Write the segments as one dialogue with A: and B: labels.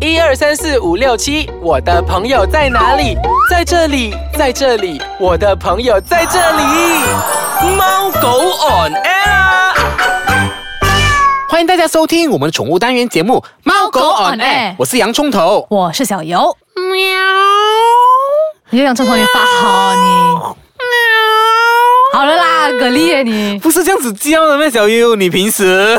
A: 一二三四五六七，我的朋友在哪里？在这里，在这里，我的朋友在这里。
B: 猫狗 on air 啊！
C: 欢迎大家收听我们的宠物单元节目《猫狗 on
D: on
C: air
D: air》，
C: 我是洋葱头。
D: 我是小游。喵！你就用这头你发好你。好了啦，蛤蜊耶你。
C: 不是这样子叫的咩，小优？你平时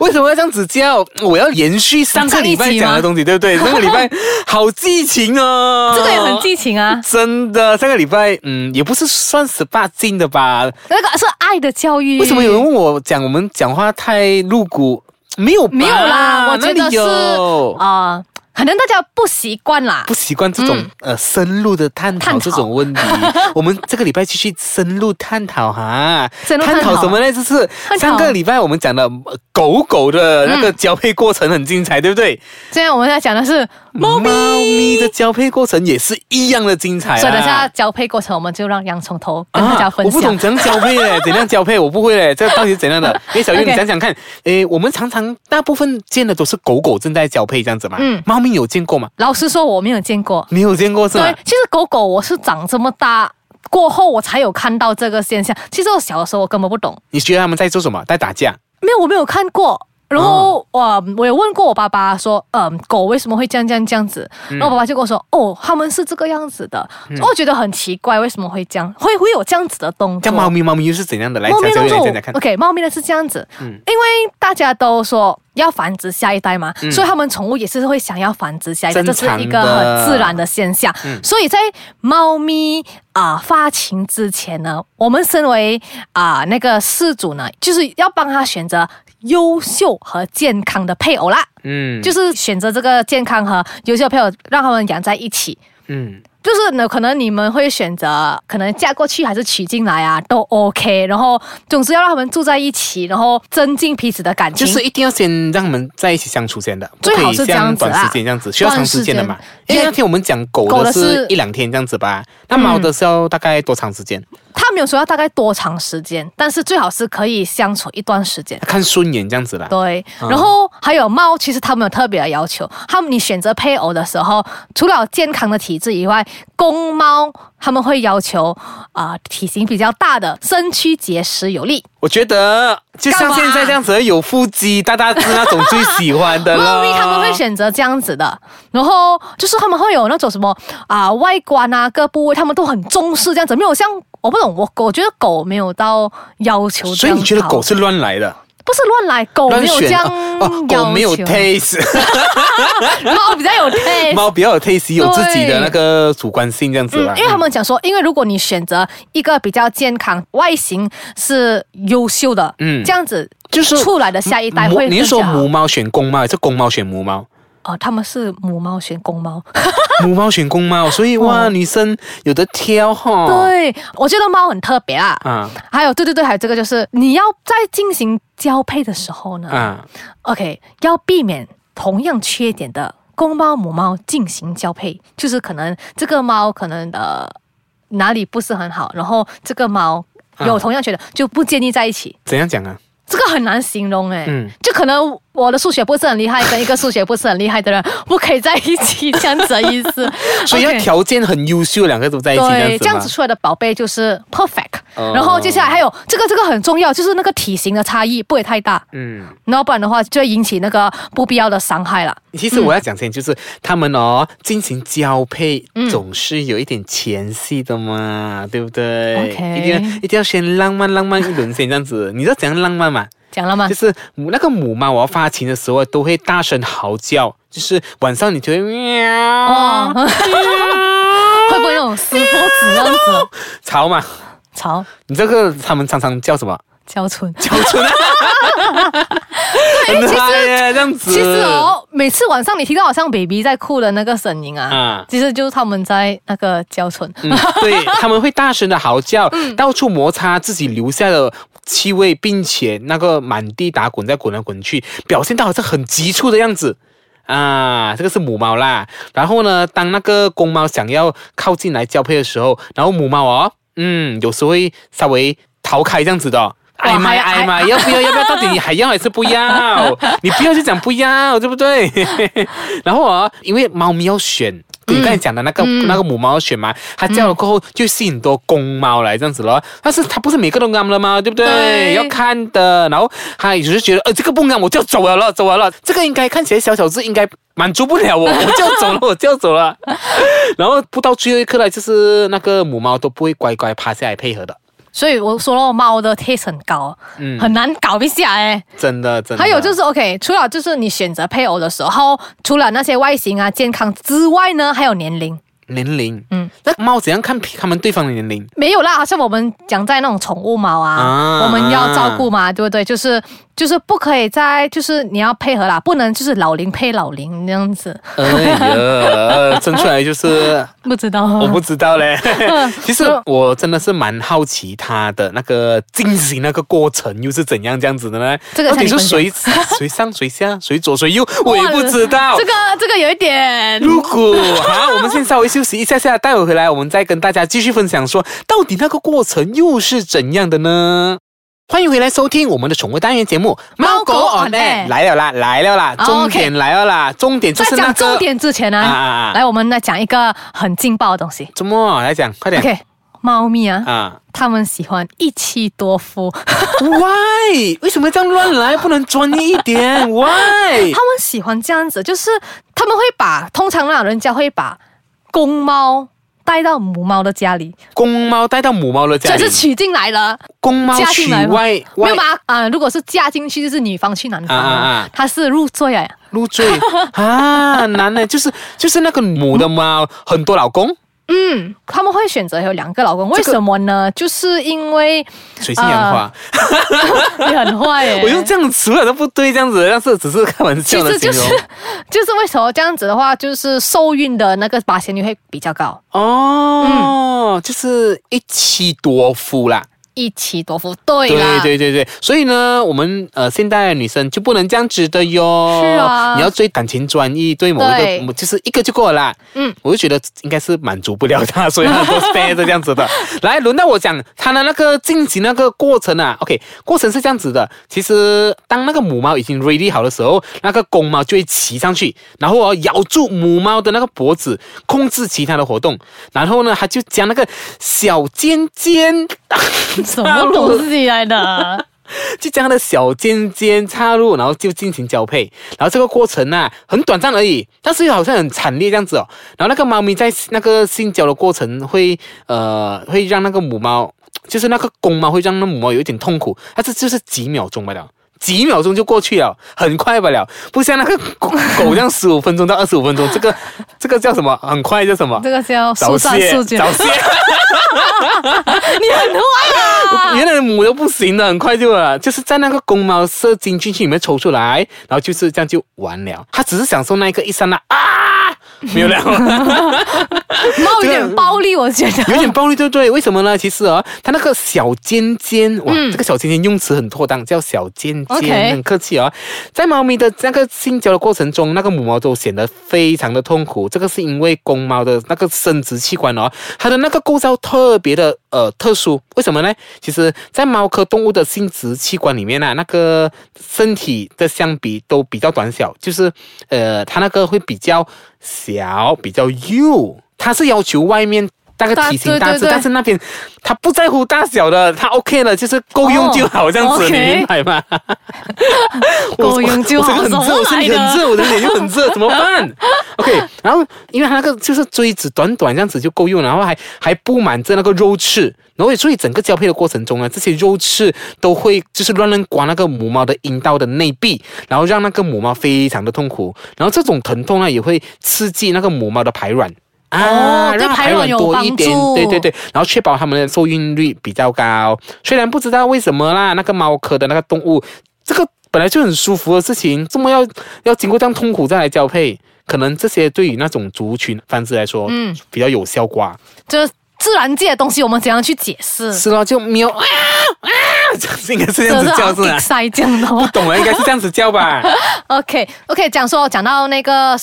C: 为什么要这样子叫？我要延续上个礼拜讲的东西，对不对？上个礼拜 好激情哦，
D: 这个也很。激情啊，
C: 真的，上个礼拜，嗯，也不是算十八禁的吧？
D: 那个是爱的教育。
C: 为什么有人啊问我讲我们讲话太露骨？没有吧，
D: 没有啦？我
C: 哪
D: 觉
C: 里
D: 得是
C: 有
D: 啊、呃可能大家不习惯啦
C: 不。习惯这种、呃深入的探
D: 嗯
C: 讨
D: 探讨
C: 这种 问题。我们这个礼拜继续深入探讨哈，
D: 深入探讨
C: 什么呢？就是
D: 探讨嗯
C: 上个礼拜我们讲的呃狗狗的那个交配过程很精彩，对不对？
D: 现在我们在讲的是
C: 嗯
D: 猫咪，
C: 咪的交配过程也是一样的精彩、啊。
D: 所以等下交配过程，我们就让洋葱头跟大家分
C: 啊我不
D: 享。
C: 懂怎样交配嘞，怎样交配 我不会嘞，这到底是怎 样的？哎，小月，
D: OK
C: 你想想看，诶，我们常常大部分见的都是狗狗正在交配这样子嘛，
D: 嗯
C: 猫咪有见过吗？
D: 老实说，我没有见过。
C: 没有见过是啊吗
D: 对？，其实狗狗我是长这么大过后，我才有看到这个现象。其实我小的时候我根本不懂，
C: 你觉得他们在做什么？在打架？
D: 没有我没有看过。然后我、呃我也问过我爸爸说，嗯，狗为什么会这样这样这样子？然后我爸爸就跟我说，哦，他们是这个样子的。我觉得很奇怪，为什么会这样？会会有这样子的动作？
C: 像猫咪，猫咪又是怎样的？来，
D: 猫咪哦的
C: 小月来
D: 肉
C: 讲讲看。嗯
D: ，OK，猫咪呢是这样子，因为大家都说要繁殖下一代嘛，
C: 嗯
D: 所以他们宠物也是会想要繁殖下一代，这
C: 正
D: 是
C: 常的嗯
D: 一个很自然的现象。所以在猫咪啊、发情之前呢，我们身为啊、那个饲主呢，就是要帮他选择优秀和健康的配偶啦，
C: 嗯，
D: 就是选择这个健康和优秀的配偶，让他们养在一起。
C: 嗯，
D: 就是呢，可能你们会选择可能嫁过去还是娶进来啊，都 OK。然后总之要让他们住在一起，然后增进彼此的感情。
C: 就是一定要先让他们在一起相处先的，不
D: 最
C: 可
D: 好
C: 以
D: 是这
C: 像
D: 样子
C: 短
D: 啦
C: 时间这样子，需要长时间的嘛
D: 短。时
C: 因
D: 间
C: 为那天我们讲狗
D: 狗
C: 的
D: 的
C: 是
D: 是嗯
C: 一两天这样子吧，那猫的是要大概多长时间？
D: 他没有说要大概多长时间，但是最好是可以相处一段时间。
C: 看顺眼这样子啦。
D: 对，
C: 啊
D: 然后还有猫，其实他们有特别的要求。他们你选择配偶的时候，除了健康的体质以外，公猫他们会要求啊、体型比较大的，身躯结实有力。
C: 我觉得就像现在这样子，有腹肌、大大只那种最喜欢 的了。
D: 猫咪他们会选择这样子的，然后就是他们会有那种什么啊、外观啊各部位，他们都很重视这样子，没有像我不懂我我觉得狗没有到要求这
C: 所以
D: 样
C: 你觉得
D: 好
C: 狗是乱来的，
D: 不是乱来，狗
C: 乱
D: 没有这
C: 选
D: 样
C: 哦
D: 要
C: 哦
D: 求，
C: 狗 没有 taste，
D: 猫比较有 taste，
C: 猫比较有 taste，有自己的
D: 对
C: 那个主观性这样子
D: 嗯
C: 啦。，
D: 因为他们讲说，因为如果你选择一个比较健康、外形是优秀的，
C: 嗯
D: 嗯，这样子
C: 就是
D: 出来的下一代
C: 母
D: 会
C: 你是
D: 更
C: 说
D: 加好
C: 母猫选公猫，还是公猫选 母猫？
D: 哦，他们是母猫选公猫，
C: 母猫选公猫，所以哇，女生有的挑哈。，
D: 哦对我觉得猫很特别啊，
C: 哦啊
D: 还有，对对对，还有这个就是你要在进行交配的时候呢、
C: 啊，
D: o k 要避免同样缺点的公猫母猫进行交配，就是可能这个猫可能呃哪里不是很好，然后这个猫有同样缺点、就不建议在一起，
C: 怎样讲啊？
D: 这个很难形容哎、
C: 嗯。
D: 就可能我的数学不是很厉害，跟一个数学不是很厉害的人不可以在一起，这样子的意思
C: 所以要
D: OK
C: 条件很优秀，两个都在一起这样
D: 对，
C: 子
D: 这样
C: 吗
D: 子？出来的宝贝就是 perfect、
C: 哦
D: 然后接下来还有这个这个很重要，就是那个体型的差异不会太大，
C: 嗯，
D: 然后不然的话就会引起那个不必要的伤害了。
C: 其实我
D: 嗯
C: 要讲先，就是他们哦进行交配总是有一点前戏的嘛，对不对
D: 嗯 OK
C: 一定要一定要先浪漫浪漫一轮先这样子，你知道怎样浪漫嘛？
D: 讲了吗
C: 就？是母那个母猫，我要发情的时候都会大声嚎叫，就是晚上你就会喵
D: 哦，会不会那种死佛子这样子？
C: 吵嘛。
D: 啊吵
C: 你这个他们常常叫什么？
D: 娇春。
C: 叫春 啊， 很嗨耶，这样子。
D: 其实，哦，每次晚上你听到好像 baby 在哭的那个声音啊，
C: 啊
D: 其实就是他们在那个娇春。
C: 嗯，对，他们会大声的嚎叫，到处摩擦自己留下的气味，并且那个满地打滚，再滚来滚去，表现到好像很急促的样子。啊，这个是母猫啦。然后呢，当那个公猫想要靠近来交配的时候，然后母猫哦，嗯，有时候会稍微逃开这样子的哦。挨
D: 还
C: 买挨买，要不要？要不要？到底你还要还是不要？你不要就讲不要，对不对？ 然后啊，因为猫咪要选。你刚才讲的那个、
D: 嗯
C: 那个母猫要选嘛，它叫了过后就吸引多公猫来这样子咯。但是它不是每个都安了吗？对不对？
D: 对
C: 要看的。然后它也是觉得，呃，这个不安，我就要走了咯，走了咯。这个应该看起来小小只应该满足不 了我，我就要走了，我就要走了。然后不到最后一刻呢，就是那个母猫都不会乖乖趴下来配合的。
D: 所以我说了，猫的 taste 很高，
C: 嗯
D: 很难搞一下哎、
C: 真的，真的。
D: 还有就是 OK，除了就是你选择配偶的时候，除了那些外形啊、健康之外呢，还有年龄。
C: 年龄，
D: 嗯
C: 嗯，那猫怎样看他们对方 的年龄？
D: 没有啦，好像我们讲在那种宠物猫啊，
C: 啊
D: 我们要照顾嘛，对不对？就是就是不可以再就是你要配合啦，不能就是老龄配老龄那样子，
C: 哎 呀，呃生出来就是
D: 不知道。
C: 我不知道嘞。
D: 嗯
C: 其实我真的是蛮好奇它的那个进行那个过程又是怎样这样子的呢？
D: 这个
C: 到
D: 才
C: 底
D: 是
C: 是
D: 关键
C: 谁谁上谁下谁左谁右，我也不知道
D: 这。个这个有一点，
C: 如果好，我们先稍微休息一下下，待会回来我们再跟大家继续分享说，到底那个过程又是怎样的呢？欢迎回来收听我们的宠物单元节目《猫狗
D: 猫狗
C: on
D: on air
C: air》，来了啦，来了啦，
D: 哦
C: 终点来了啦，终点就
D: 在
C: 是那
D: 讲重
C: 个
D: 点之前呢、
C: 啊啊啊
D: 来我们来讲一个很劲爆的东西。
C: 怎么来讲，快点
D: OK，猫咪啊，
C: 啊
D: 它们喜欢一妻多夫，它
C: ？Why？为什么这样乱来？不能专业一 点？Why？
D: 们喜欢这样子，就是他们会把通常啦，人家会把公猫带到母猫的家里，
C: 公猫带到母猫的家
D: 这是，
C: 里
D: 娶进来了。
C: 公猫
D: 嫁进
C: 娶
D: 来吗
C: 外
D: 没
C: 外
D: 有吗？啊、如果是嫁进去，就是女方去男方
C: 啊啊
D: 啊
C: 啊，
D: 他是入赘啊，
C: 入赘 啊，男的，就是就是那个母的猫，很多老公，
D: 嗯，他们会选择有两个老公，为什么呢？就是因为
C: 水性杨
D: 啊
C: 花。
D: 你很坏耶、
C: 我用这样的词了啊都不对，这样子，但是只是开玩
D: 其
C: 笑的
D: 实
C: 形
D: 就
C: 容
D: 是。就是为什么这样子的话，就是受孕的那个八仙率会比较高，嗯
C: 哦，就是一妻多夫啦。
D: 一妻多夫，对
C: 对
D: 啦，
C: 对对对，所以呢，我们呃现代的女生就不能这样子的哟。
D: 是啊
C: 你要追感情专一，对某一
D: 对
C: 个某就是一个就够了啦。
D: 嗯，
C: 我就觉得应该是满足不了她，所 以她都 stay 着这样子的。来，轮到我讲她的那个进行那个过程啊，OK，过程是这样子的。其实当那个母猫已经 ready 好的时候，那个公猫就会骑上去，然后哦咬住母猫的那个脖子，控制其他的活动。然后呢，它就将那个小尖尖
D: 什么东西来的？
C: 就将它的小尖尖插入，然后就进行交配。然后这个过程呢、很短暂而已，但是又好像很惨烈这样子哦。然后那个猫咪在那个性交的过程会，呃，会让那个母猫，就是那个公猫会让那母猫有一点痛苦，但是就是几秒钟罢了。几秒钟就过去了，很快罢了，不像那个狗狗这样十五分钟到二十五分钟，这个这个叫什么？很快叫什么？
D: 这个叫速
C: 早
D: 战
C: 泄
D: 速决，
C: 早泄。
D: 你很坏啊！
C: 原来的母的不行的，很快就了，就是在那个公猫射精进去里面抽出来，然后就是这样就完了。它只是享受那一个一刹那啊，没有了，
D: 猫有
C: 这个
D: 点暴力，我觉
C: 有
D: 得。
C: 点暴力，对不对？为什么呢？其实啊、它那个小尖尖，哇，这个小尖尖用词很妥当，叫小尖尖
D: OK
C: 很客气哦。在猫咪的那个性交的过程中，那个母猫都显得非常的痛苦，这个是因为公猫的那个生殖器官哦，它的那个构造特别的呃特殊，为什么呢？其实，在猫科动物的生殖器官里面啊，那个身体的相比都比较短小，就是呃，它那个会比较小，比较幼，它是要求外面。大概
D: 大
C: 体型
D: 对
C: 大致，
D: 对对
C: 但是那边它不在乎大小的，它 OK 了，就是够用就好，
D: 哦
C: 这样子
D: OK
C: 你明 白吗？
D: 够用就好
C: 我这个很热，我身体很热，我的脸又很热，怎 么办？OK，然后因为它那个就是锥子短短这样子就够用了，然后还还布满着那个肉翅，然后所以整个交配的过程中啊呢，这些肉翅都会就是乱乱刮那个母猫的阴道的内壁，然后让那个母猫非常的痛苦，然后这种疼痛呢也会刺激那个母猫的排卵。
D: 哦
C: 啊，
D: 对
C: 让
D: 排
C: 排
D: 卵
C: 卵
D: 有
C: 多
D: 帮
C: 一点
D: 助，
C: 对对对，然后确保它们的受孕率比较高。虽然不知道为什么啦，那个猫科的那个动物，这个本来就很舒服的事情，怎么要要经过这样痛苦再来交配？可能这些对于那种族群繁殖来说，
D: 嗯
C: 嗯，比较有效果。
D: 就是自然界的东西，我们怎样去解释？
C: 是咯，就喵啊啊，这样子应该是这样
D: 真
C: 子
D: 的
C: 叫
D: 好
C: 是吧？
D: 塞这样的吗
C: 不懂了，应该是这样子叫吧？
D: OK OK，讲说讲到那个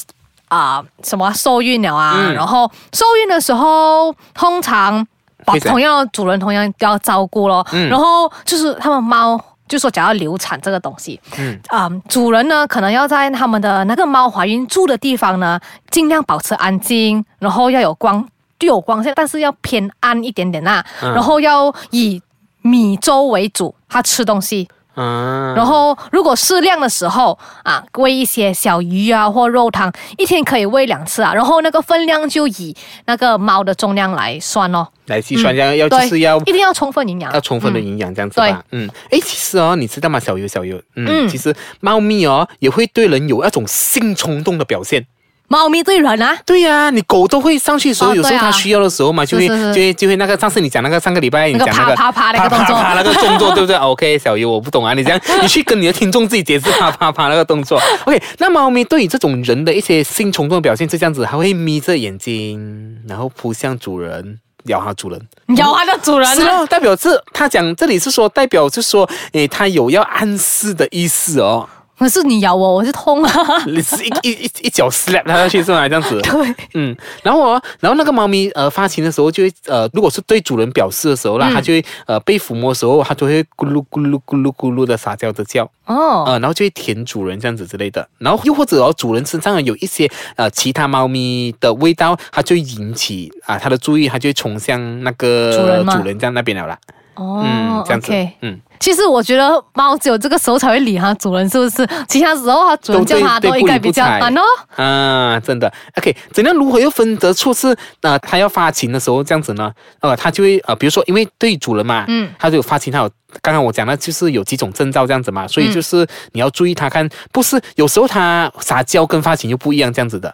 D: 啊、什么受孕了啊，
C: 嗯
D: 然后受孕的时候通常保
C: 会怎样
D: 同样主人同样要照顾咯。
C: 嗯
D: 然后就是他们猫。就说讲到流产这个东西，
C: 嗯
D: 啊、主人呢可能要在他们的那个猫怀孕住的地方呢，尽量保持安静，然后要有光，就有光线，但是要偏暗一点点啦、
C: 嗯
D: 然后要以米粥为主，它吃东西，
C: 啊，
D: 然后如果适量的时候啊，喂一些小鱼啊或肉汤，一天可以喂两次啊。然后那个分量就以那个猫的重量来算哦。
C: 来计算这样，呃要就
D: 对，
C: 是要
D: 一定要充分营养，
C: 要充分的营养这样子吧。嗯，哎，其实哦，你知道吗，小游小游，嗯，
D: 嗯
C: 其实猫咪哦也会对人有那种性冲动的表现。
D: 猫咪对人啊，
C: 对呀、你狗都会上去的时候，
D: 哦
C: 有时候
D: 对啊
C: 它需要的时候嘛，就会
D: 是是是
C: 就会就会那个上次你讲那个上个礼拜你
D: 那个
C: 讲那个
D: 啪啪啪那个动作
C: 啪啪啪那个 动作对不对？OK，小游我不懂啊，你这样 你去跟你的听众自己解释 啪啪啪那个动作。OK，那猫咪对于这种人的一些性冲动的表现是这样子，它会眯着眼睛，然后扑向主人，咬它主人。
D: 咬它的主人
C: 嗯是
D: 啊。
C: 哦，代表这他讲这里是说代表是说，诶，他有要暗示的意思 哦，
D: 可是你咬我，我是痛啊。
C: 你是一一一一脚 slap 他下去是吗？这 样子，
D: 对，
C: 嗯，然后哦，然后那个猫咪呃发情的时候就会呃，如果是对主人表示的时候啦，
D: 嗯
C: 它就会呃被抚摸的时候，它就会咕噜咕噜咕噜咕噜的撒娇的叫，
D: 哦，
C: 呃，然后就会舔主人这样子之类的，然后又或者哦，主人身上有一些呃其他猫咪的味道，它就会引起啊、它的注意，它就会冲向那个
D: 主人吗
C: 主人这样那边了啦，嗯
D: 哦，
C: 这样子
D: OK
C: 嗯。
D: 其实我觉得猫只有这个时候才会理它主人，是不是？其他时候它主人叫它
C: 都对
D: 都应该
C: 对不
D: 比
C: 理不
D: 较
C: 睬
D: 啊 no，
C: 啊，真的。OK，怎样如何又分得出是呃，它要发情的时候这样子呢？呃，它就会呃，比如说，因为对主人嘛，
D: 嗯，
C: 它就有发情，它有刚刚我讲的就是有几种征兆这样子嘛，
D: 嗯
C: 所以就是你要注意它看，不是有时候它撒娇跟发情又不一样这样子的，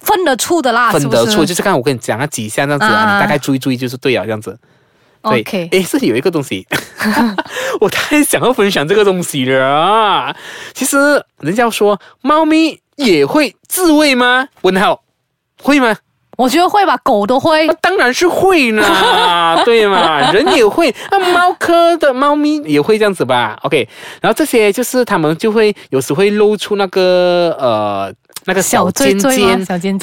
D: 分得出的啦，
C: 分得
D: 是
C: 出
D: 不是
C: 啊就是刚刚我跟你讲那几项这样子啊，
D: 啊啊
C: 你大概注意注意就是对了这样子。对
D: OK。
C: 诶，这里有一个东西， 我太想要分享这个东西了啊。其实人家说猫咪也会自慰吗？问号，会吗？
D: 我觉得会吧，狗都会
C: 那。当然是会啦，对嘛？ 人也会，那猫科的猫咪也会这样子吧？OK，然后这些就是它们就会有时会露出那个呃那个
D: 小
C: 尖
D: 尖尖吗，
C: 尖
D: 小尖哦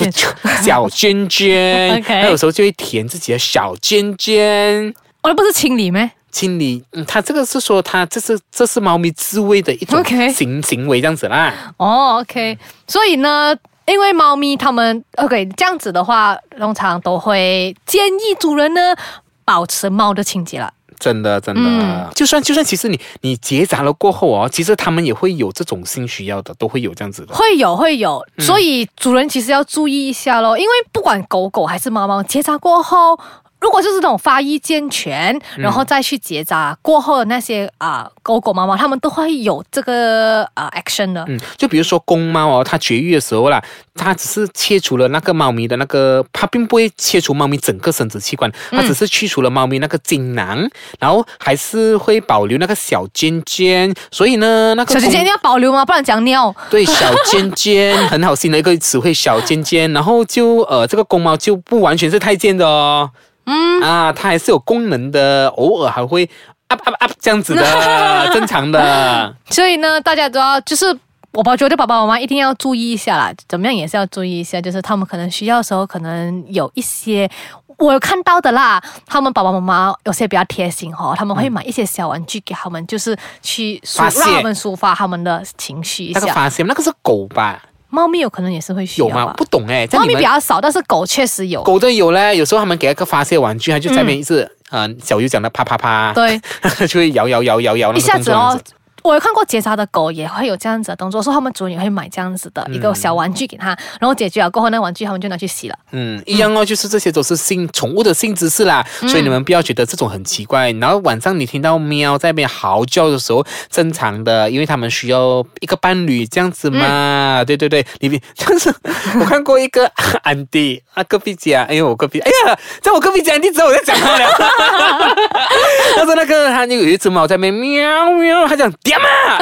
D: 尖
C: 小尖尖，
D: OK
C: 它有时候就会舔自己的小尖尖。
D: 我那不是清理咩？
C: 清理，嗯，它这个是说它这是这是猫咪自慰的一种
D: OK
C: 行行为这样子啦，
D: 哦，OK，所以呢，因为猫咪它们 OK 这样子的话，通常都会建议主人呢保持猫的清洁了。
C: 真的真的，
D: 嗯
C: 就算就算其实你你结扎了过后哦，其实它们也会有这种性需要的，都会有这样子的。
D: 会有会有，所以主人其实要注意一下咯，因为不管狗狗还是猫猫，结扎过后。如果就是那种发育健全，然后再去结扎过后的那些啊、狗狗、猫猫，它们都会有这个啊、action 的。
C: 嗯，就比如说公猫哦，它绝育的时候啦，它只是切除了那个猫咪的那个，它并不会切除猫咪整个生殖器官，它只是去除了猫咪那个精囊，然后还是会保留那个小尖尖，所以呢，那个
D: 小姐
C: 公
D: 姐一定要保留吗？不然讲尿。
C: 对，小尖尖很好新的一个词汇，小尖尖。然后就呃，这个公猫就不完全是太监的哦，嗯啊，它还是有功能的，偶尔还会 up up up 这样子的， 正常的。
D: 所以呢，大家都要就是。我爸觉得爸爸妈妈一定要注意一下啦，怎么样也是要注意一下，就是他们可能需要的时候，可能有一些我有看到的啦，他们爸爸妈妈有些比较贴心哦，他们会买一些小玩具给他们，就是去抒
C: 发泄
D: 让他们抒发他们的情绪一
C: 那个
D: 下。
C: 发现那个是狗吧？
D: 猫咪有可能也是会需要
C: 有
D: 吧
C: 吗？不懂哎、在
D: 猫
C: 你
D: 咪比
C: 们
D: 较少，但是狗确实有。
C: 狗的有嘞，有时候他们给它个发泄玩具，它就在那边一直。嗯，小鱼讲的啪啪啪，
D: 对，
C: 就会摇摇摇摇摇，那
D: 一
C: 个
D: 下
C: 动
D: 子
C: 作样
D: 哦，我有看过结扎的狗也会有这样子的动作，说他们主人也会买这样子的一个小玩具给他，然后解决了过后，那玩具他们就拿去洗了。
C: 嗯，一样哦，就是这些都是性宠物的性知识啦，所以你们不要觉得这种很奇怪。然后晚上你听到喵在那边嚎叫的时候，正常的，因为他们需要一个伴侣这样子嘛。对对对，你别，但是我看过一个安迪啊，隔壁家，哎呦我隔壁，哎呀，在我隔壁家安迪知道我在讲他了。他说那个他就有一只猫在那边喵喵，他讲点啊，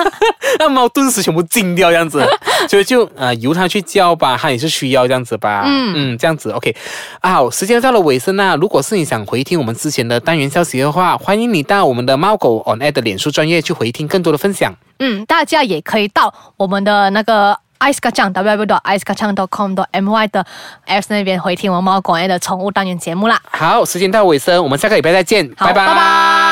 C: 那猫顿时全部惊掉这样 子，所以就呃由它去叫吧，它也是需要这样子吧，嗯嗯这样子 OK 啊，好时间到了尾声啦、如果是你想回听我们之前的单元消息的话，欢迎你到我们的猫狗 on air 的脸书专业去回听更多的分享。
D: 嗯，大家也可以到我们的那个 ice 卡酱 w w w ice 卡酱 .com my 的 apps 那边回听我猫狗爱的宠物单元节目啦。
C: 好，时间到尾声，我们下个礼拜再见，
D: 好，拜
C: 拜
D: 拜